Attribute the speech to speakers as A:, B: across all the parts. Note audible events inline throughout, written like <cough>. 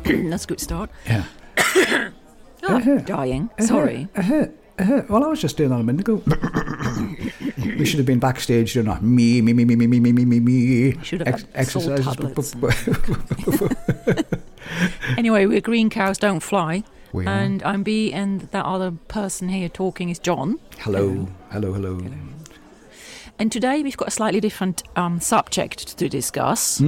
A: <coughs> That's a good start.
B: Yeah.
A: Oh, dying. Sorry.
B: Uh, Well, I was just doing that a minute ago. we should have been backstage doing that. Me, me, me, me, me, me, me, me, me, me.
A: Should have
B: Ex-
A: had salt
B: exercises.
A: Anyway, we're green cows don't fly.
B: We are.
A: and I'm B, and that other person here talking is John.
B: <laughs> Hello, hello, hello.
A: And today we've got a slightly different um, subject to discuss.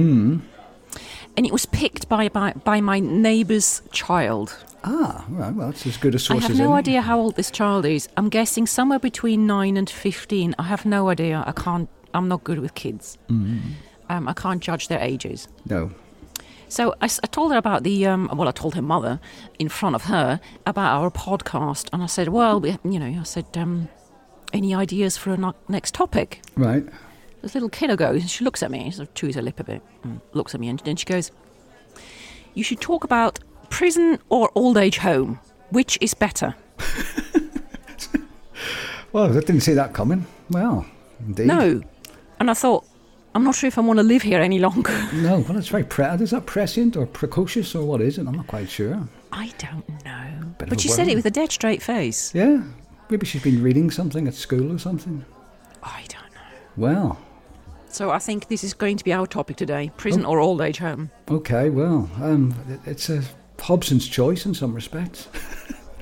A: And it was picked by, by, by my neighbour's child.
B: Ah, right, well, that's as good a
A: I
B: source
A: have
B: as
A: no
B: any.
A: idea how old this child is. I'm guessing somewhere between 9 and 15. I have no idea. I can't, I'm not good with kids. Um, I can't judge their ages.
B: No.
A: So I, s- I told her about the um, well, I told her mother in front of her about our podcast, and I said, well, we, you know, I said, um, any ideas for a no- next topic?
B: Right.
A: This little kiddo goes, and she looks at me, sort of chews her lip a bit, and looks at me, and then she goes, you should talk about prison or old age home. Which is better?
B: Well, I didn't see that coming. Well, indeed.
A: No. And I thought, I'm not sure if I want to live here any
B: <laughs>
A: longer.
B: No, well, it's very pre- is that prescient or precocious or what is it? I'm not quite sure.
A: I don't know.
B: Bit of
A: but
B: a
A: she said
B: worry.
A: it with a dead straight face.
B: Yeah, maybe she's been reading something at school or something.
A: I don't know.
B: Well,
A: So I think this is going to be our topic today:
B: Oh.
A: prison or old age home.
B: okay, well, um, it- it's a Hobson's choice in some respects.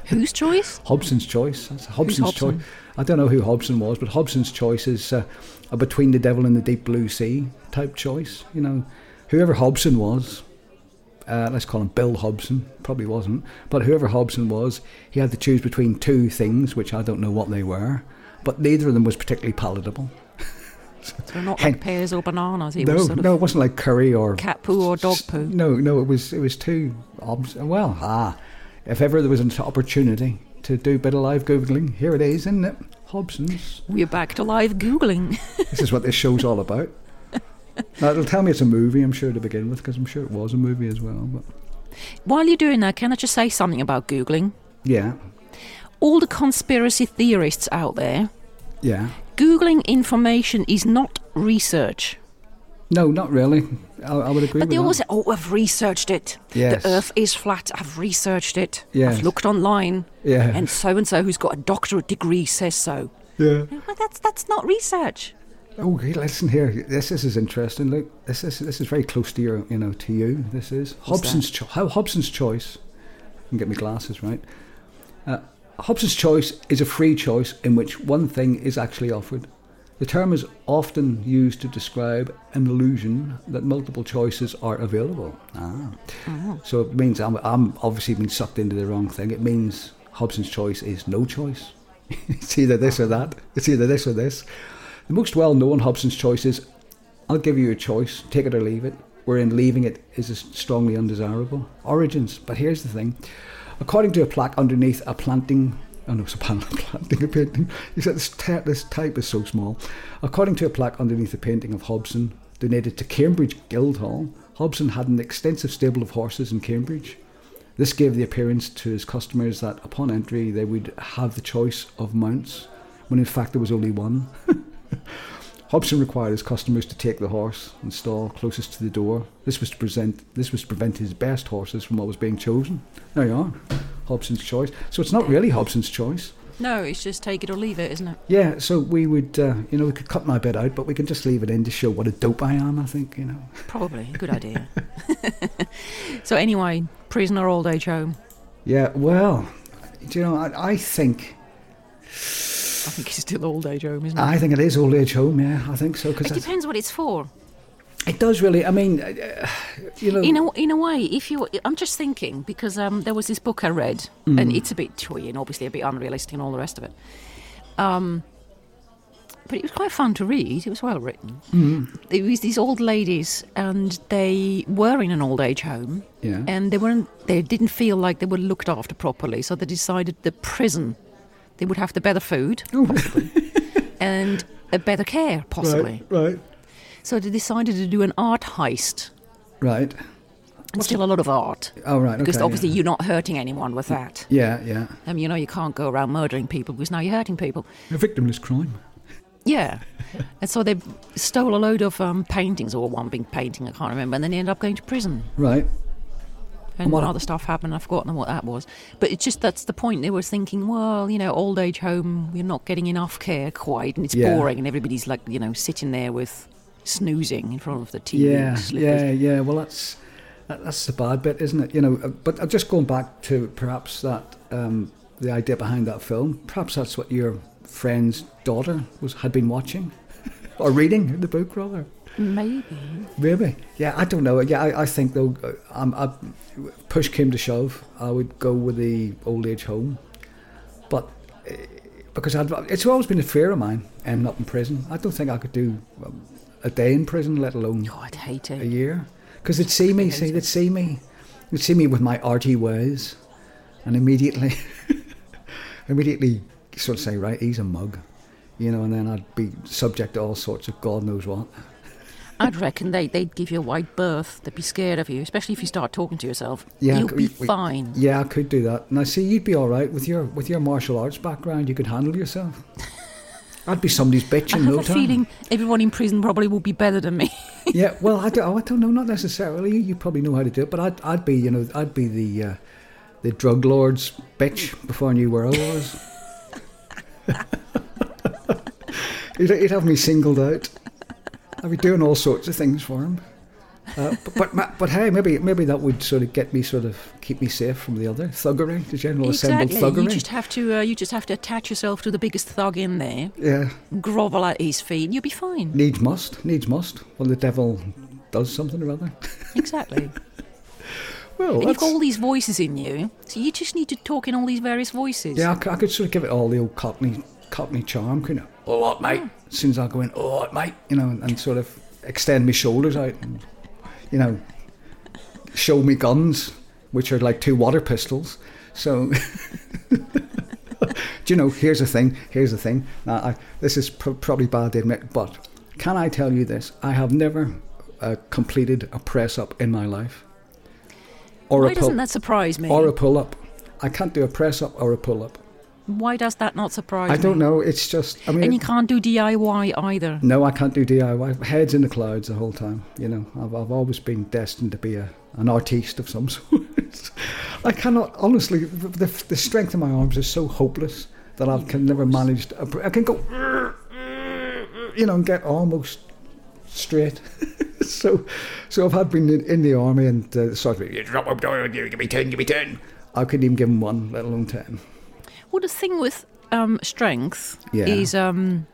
A: Whose choice?
B: Hobson's choice. That's Hobson's
A: Hobson?
B: choice. I don't know who Hobson was, but Hobson's choice is uh, a between the devil and the deep blue sea type choice. You know, whoever Hobson was, uh, let's call him Bill Hobson. Probably wasn't, but whoever Hobson was, he had to choose between two things, which I don't know what they were, but neither of them was particularly palatable.
A: They're not
B: Hen-
A: like pears or bananas. It
B: no,
A: was sort of
B: no, it wasn't like curry or
A: cat poo or dog poo.
B: No, no, it was it was too obs- well. Ah, if ever there was an opportunity to do a bit of live googling, here it is, isn't it? Hobson's.
A: We're back to live googling. <laughs>
B: This is what this show's all about. Now it'll tell me it's a movie, I'm sure to begin with, because I'm sure it was a movie as well. But
A: While you're doing that, can I just say something about googling?
B: yeah,
A: All the conspiracy theorists out there,
B: yeah.
A: googling information is not research.
B: No, not really. I, I would agree.
A: But
B: with
A: they always
B: that.
A: say, "Oh, I've researched it.
B: Yes.
A: The Earth is flat. I've researched it.
B: Yes.
A: I've looked online,
B: Yeah.
A: and so and so who's got a doctorate degree says so."
B: yeah.
A: Well, that's that's not research.
B: Oh, hey, listen here. This, this is interesting. Look, this is this is very close to your, you know, to you. This is
A: What's
B: Hobson's. Cho- how Hobson's choice. I can get my glasses right. Uh, Hobson's choice is a free choice in which one thing is actually offered. The term is often used to describe an illusion that multiple choices are available. Ah. So it means I'm, I'm obviously been sucked into the wrong thing. It means Hobson's choice is no choice. <laughs> it's either this or that. It's either this or this. The most well known Hobson's choice is I'll give you a choice, take it or leave it, wherein leaving it is as strongly undesirable. Origins, but here's the thing. According to a plaque underneath a planting, oh no, it's a pan- <laughs> planting, a painting. You said this, ta- this type is so small. According to a plaque underneath a painting of Hobson, donated to Cambridge Guildhall, Hobson had an extensive stable of horses in Cambridge. This gave the appearance to his customers that upon entry they would have the choice of mounts, when in fact there was only one. Hobson required his customers to take the horse and stall closest to the door. This was to present this was to prevent his best horses from what was being chosen. There you are. Hobson's choice. So it's not really Hobson's choice.
A: No, it's just take it or leave it, isn't it?
B: Yeah, so we would uh, you know, we could cut my bit out, but we can just leave it in to show what a dope I am, I think, you know.
A: Probably. Good idea. <laughs> so, anyway, prison or old age home?
B: Yeah, well do you know, I, I think
A: I think it's still old age home, isn't it?
B: I think it is old age home, yeah, I think so,
A: it
B: because
A: depends what it's for.
B: it does really, I mean, uh, you know,
A: In a, in a way, if you, I'm just thinking because um, there was this book I read,
B: Mm.
A: and it's a bit toy and obviously a bit unrealistic and all the rest of it. Um, but it was quite fun to read. It was well written.
B: Mm.
A: It was these old ladies, and they were in an old age home,
B: yeah.
A: and they weren't they didn't feel like they were looked after properly so they decided the prison they would have the better food
B: <laughs>
A: and a better care possibly
B: right, right.
A: so they decided to do an art heist
B: Right.
A: and still a lot of art
B: Oh right,
A: because
B: okay,
A: obviously
B: yeah.
A: you're not hurting anyone with that
B: Yeah, yeah.
A: I mean, you know you can't go around murdering people because now you're hurting people
B: A victimless crime.
A: yeah and so they stole a load of um, paintings or one big painting i can't remember and then they ended up going to prison
B: Right.
A: and
B: what-
A: other stuff happened. I've forgotten what that was. But it's just that's the point. They were thinking, well, you know, old age home, you're not getting enough care quite, and it's
B: Yeah.
A: boring, and everybody's like, you know, sitting there with snoozing in front of the TV.
B: Yeah,
A: slippers.
B: yeah, yeah. Well, that's that, that's the bad bit, isn't it? You know, uh, but I'm just going back to perhaps that um, the idea behind that film. Perhaps that's what your friend's daughter was had been watching <laughs> or reading the book, rather.
A: Maybe.
B: Maybe. Yeah, I don't know. Yeah, I, I think though, uh, um, I, push came to shove, I would go with the old age home, but uh, because I'd, it's always been a fear of mine, ending up in prison. I don't think I could do um, a day in prison, let alone
A: Oh, I'd hate
B: a
A: it.
B: year because they'd see me, see, they'd see me, they'd see me with my arty ways, and immediately, <laughs> immediately sort of say, right, he's a mug, you know, and then I'd be subject to all sorts of God knows what.
A: I'd reckon they, they'd give you a wide berth. They'd be scared of you, especially if you start talking to yourself.
B: Yeah,
A: You'll
B: we-
A: be
B: we-
A: fine.
B: Yeah, I could do that. Now, see, you'd be all right with your with your martial arts background. You could handle yourself. I'd be somebody's bitch
A: I
B: in
A: have
B: no
A: a
B: time.
A: feeling everyone in prison probably will be better than me.
B: yeah, well, I don't, oh, I don't know, not necessarily. You probably know how to do it, but I'd, I'd be, you know, I'd be the uh, the drug lord's bitch before I knew where I was. <laughs> he'd, he'd have me singled out. I'd be doing all sorts of things for him. Uh, but, but ma- but hey, maybe maybe that would sort of get me sort of keep me safe from the other thuggery, the general
A: exactly.
B: assembled
A: You
B: thuggery.
A: just have to uh, you just have to attach yourself to the biggest thug in there,
B: yeah,
A: grovel at his feet, and you'll be
B: <laughs>
A: fine.
B: needs must, needs must. When the devil does something or other.
A: Exactly.
B: Well,
A: and you've
B: that's-
A: got all these voices in you, so you just need to talk in all these various voices.
B: Yeah, I, c- I could sort of give it all the old Cockney, Cockney charm, couldn't I? All right,
A: Hmm.
B: mate. As soon as I go in, all right, mate, you know, and, and sort of extend my shoulders out and, you know, show me guns, which are like two water pistols. So, <laughs> do you know, here's the thing, here's the thing. Now, I, this is pr- probably bad to admit, but can I tell you this? I have never uh, completed a press up in my life. Or
A: Why
B: a pull,
A: doesn't that surprise me?
B: or a pull up. I can't do a press up or a pull up.
A: Why does that not surprise
B: I don't
A: me?
B: know. It's just. I mean,
A: And you
B: it-
A: can't do DIY either.
B: no, I can't do DIY. Heads in the clouds the whole time. You know, I've, I've always been destined to be a, an artiste of some <laughs> sort. I cannot honestly. The, the strength of my arms is so hopeless that I can never manage. To, I can go, you know, and get almost straight. <laughs> so, so if I'd been in, in the army and uh, sergeant, you drop give me ten, give me ten. I couldn't even give him one, let alone ten.
A: Well, the thing with um, strength
B: Yeah.
A: is um,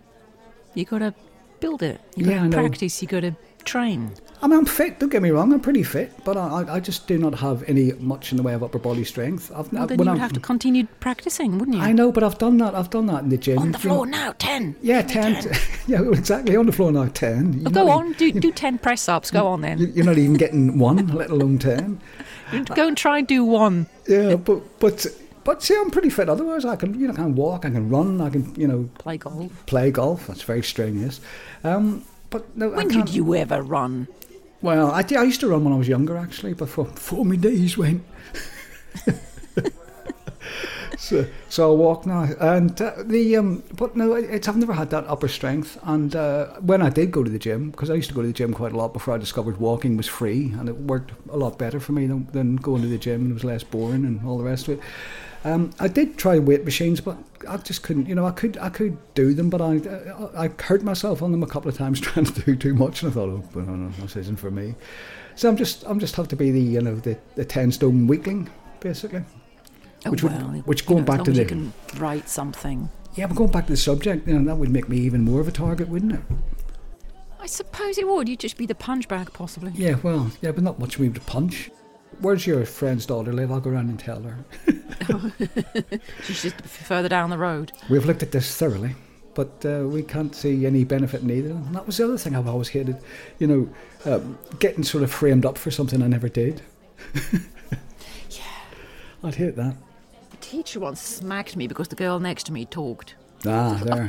A: you got to build it. You
B: Yeah,
A: got
B: I
A: to
B: know. Uh,
A: practice. You got to train.
B: I mean, I'm fit. Don't get me wrong. I'm pretty fit, but I, I- I just do not have any much in the way of upper body strength. I've
A: Well, then
B: when
A: you would
B: I'm-
A: have to continue practicing, wouldn't you?
B: I know, but I've done that. I've done that in the gym.
A: On the
B: you
A: floor
B: know.
A: now, ten.
B: Yeah, ten. <laughs> yeah, well, exactly. On the floor now, ten. You're
A: Oh, go
B: not
A: on, do, do 10 press ups. Go on
B: even-
A: then.
B: you- You're not even getting one, let alone ten.
A: Go and try and do one.
B: Yeah, but but but see, I'm pretty fit. Otherwise, I can you know I can walk, I can run, I can you know
A: Play golf.
B: play golf. That's very strenuous. Um, but no, I
A: When
B: can't.
A: did you ever run?
B: Well, I, did- I used to run when I was younger, actually, before, before my knees went. so, so I walk now, and uh, the um, but no, it's I've never had that upper strength. And uh, when I did go to the gym, because I used to go to the gym quite a lot before I discovered walking was free, and it worked a lot better for me than, than going to the gym, and it was less boring and all the rest of it. Um, I did try weight machines, but I just couldn't. You know, I could I could do them, but I uh, I, I hurt myself on them a couple of times <laughs> trying to do too much, and I thought, oh, no, no, this isn't for me. So I'm just I'm just have to be the you know the, the ten stone weakling basically.
A: Oh,
B: Which would-
A: well,
B: which
A: you
B: going
A: know,
B: back
A: as long
B: to
A: as
B: the-
A: you can write something.
B: Yeah, but going back to the subject, you know, that would make me even more of a target, wouldn't it?
A: I suppose it would. You'd just be the punch bag, possibly.
B: Yeah, well, yeah, but not much room to punch. Where's your friend's daughter live? I'll go around and tell her.
A: She's just further down the road.
B: We've looked at this thoroughly, but uh, we can't see any benefit in either. And that was the other thing I've always hated, you know, um, getting sort of framed up for something I never did. <laughs> yeah. I'd hate that.
A: The teacher once smacked me because the girl next to me talked.
B: Ah, there.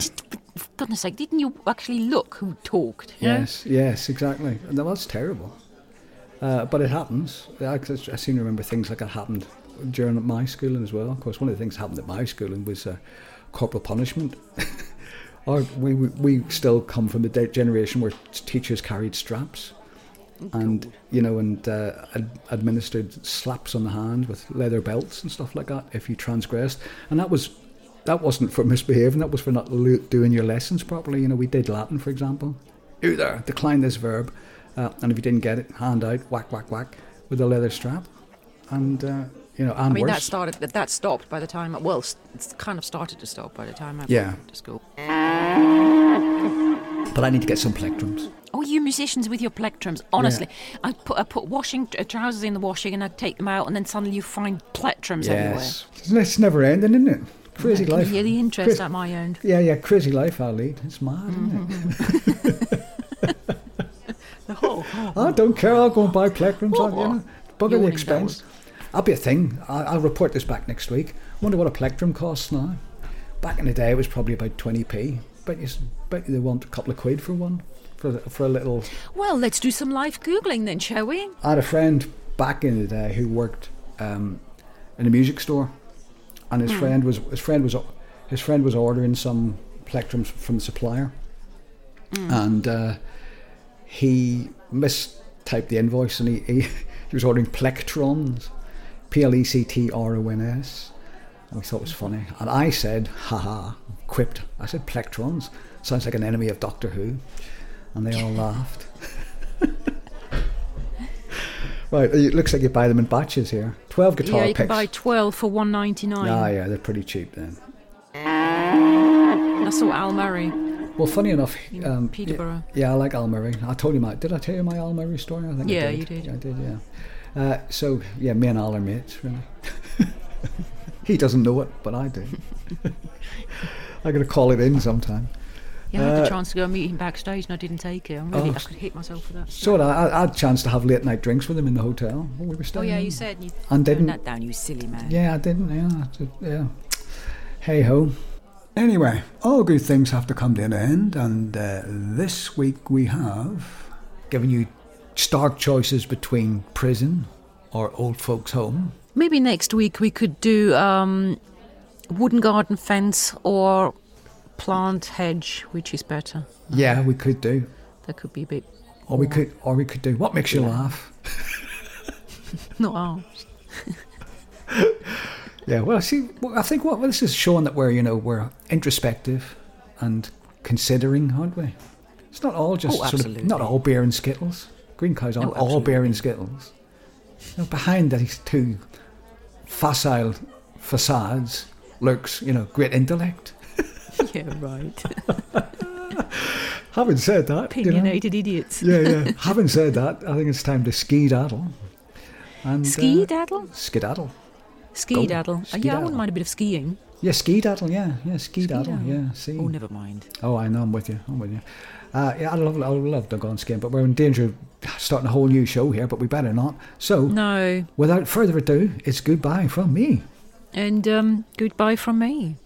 A: For goodness sake, didn't you actually look who talked? you know?
B: Yes, yes, exactly. And that was terrible. Uh, but it happens. I, I seem to remember things like that happened during my schooling as well. Of course, one of the things that happened at my schooling was uh, corporal punishment. <laughs> Or we, we, we still come from the de- generation where t- teachers carried straps. and you know, and uh, ad- administered slaps on the hand with leather belts and stuff like that if you transgressed. And that was that wasn't for <laughs> misbehaving; that was for not lo- doing your lessons properly. You know, we did Latin, for example. You there, decline this verb, uh, and if you didn't get it, hand out, whack, whack, whack, with a leather strap, and uh, you know, and
A: I mean,
B: worse.
A: that started. That, that stopped by the time. I- Well, s- it's kind of started to stop by the time I
B: Yeah.
A: went to school.
B: but I need to get some plectrums.
A: Oh, you musicians with your plectrums! Honestly, I put I put washing uh, trousers in the washing, and I'd take them out, and then suddenly you find plectrums everywhere.
B: Yes, it's never ending, isn't it? Crazy
A: I
B: life.
A: can hear the interest
B: Crazy-
A: at my <laughs> end.
B: Yeah, yeah, crazy life I lead. It's mad, isn't it? I don't care. I'll go and buy plectrums. I'll, you know, bugger the
A: Yawning
B: expense.
A: bells.
B: That'll be a thing. I, I'll report this back next week. Wonder what a plectrum costs now. Back in the day, it was probably about twenty p. Bet you, s- bet you they want a couple of quid for one, for the- for a little.
A: Well, let's do some live googling then, shall we?
B: I had a friend back in the day who worked um, in a music store, and
A: Hmm.
B: his friend was his friend was o- his friend was ordering some plectrums from the supplier,
A: Hmm.
B: and uh, he mistyped the invoice, and he he, he was ordering plectrons, P L E C T R O N S. And we thought it
A: Hmm.
B: was funny, and I said, "Ha ha!" Quipped. I said, "Plectrons sounds like an enemy of Doctor Who," and they all laughed. <laughs> Right, it looks like you buy them in batches here. Twelve guitar
A: yeah, you
B: picks.
A: can buy twelve for one ninety nine.
B: Ah, yeah, they're pretty cheap then.
A: I saw Al Murray.
B: Well, funny enough,
A: You know,
B: um,
A: Peterborough.
B: Yeah, yeah, I like Al Murray. I told you my. Did I tell you my Al Murray story? I think
A: Yeah,
B: I did.
A: you did.
B: I did. Yeah. Uh, so yeah, me and Al are mates, really. <laughs> he doesn't know it, but I do. <laughs> I'm gonna call it in sometime.
A: Yeah, I had
B: Uh,
A: the chance to go and meet him backstage, and I didn't take it. I'm really,
B: Oh.
A: I could hit myself for that.
B: So I, I, I had a chance to have late night drinks with him in the hotel. When we were
A: Oh
B: staying.
A: yeah, you said you
B: And didn't-
A: turned that down, you silly man.
B: Yeah, I didn't. Yeah, I did, yeah. Hey ho. Anyway, all good things have to come to an end, and uh, this week we have given you stark choices between prison or old folks' home.
A: Maybe next week we could do um, wooden garden fence or plant hedge, which is better.
B: Yeah, we could do,
A: That could be a bit <laughs>
B: or we could, or we could do. What makes you laugh?
A: not ours.
B: Yeah, well, see, well, I think what well, this is showing that we're you know we're introspective and considering, aren't we? It's not all just
A: Oh,
B: sort of not
A: absolutely.
B: all beer and skittles. Green cows aren't
A: No,
B: all beer and skittles. You know, behind these two facile facades lurks you know great intellect.
A: <laughs> yeah, <laughs> right.
B: Having said that, you know-
A: Opinionated idiots. <laughs>
B: yeah, yeah. Having said that, I think it's time to skedaddle. And, uh,
A: Ski daddle,
B: skedaddle.
A: ski daddle. Yeah, I
B: skedaddle.
A: wouldn't mind a bit of skiing.
B: Yeah, skedaddle. Yeah, yeah, skedaddle.
A: Skedaddle.
B: Yeah, see.
A: Oh, never mind.
B: Oh, I know. I'm with you. I'm with you. Uh, yeah, I love, I love Doggone Skin, but we're in danger of starting a whole new show here, but we better not. So,
A: No,
B: without further ado, it's goodbye from me.
A: and um, goodbye from me.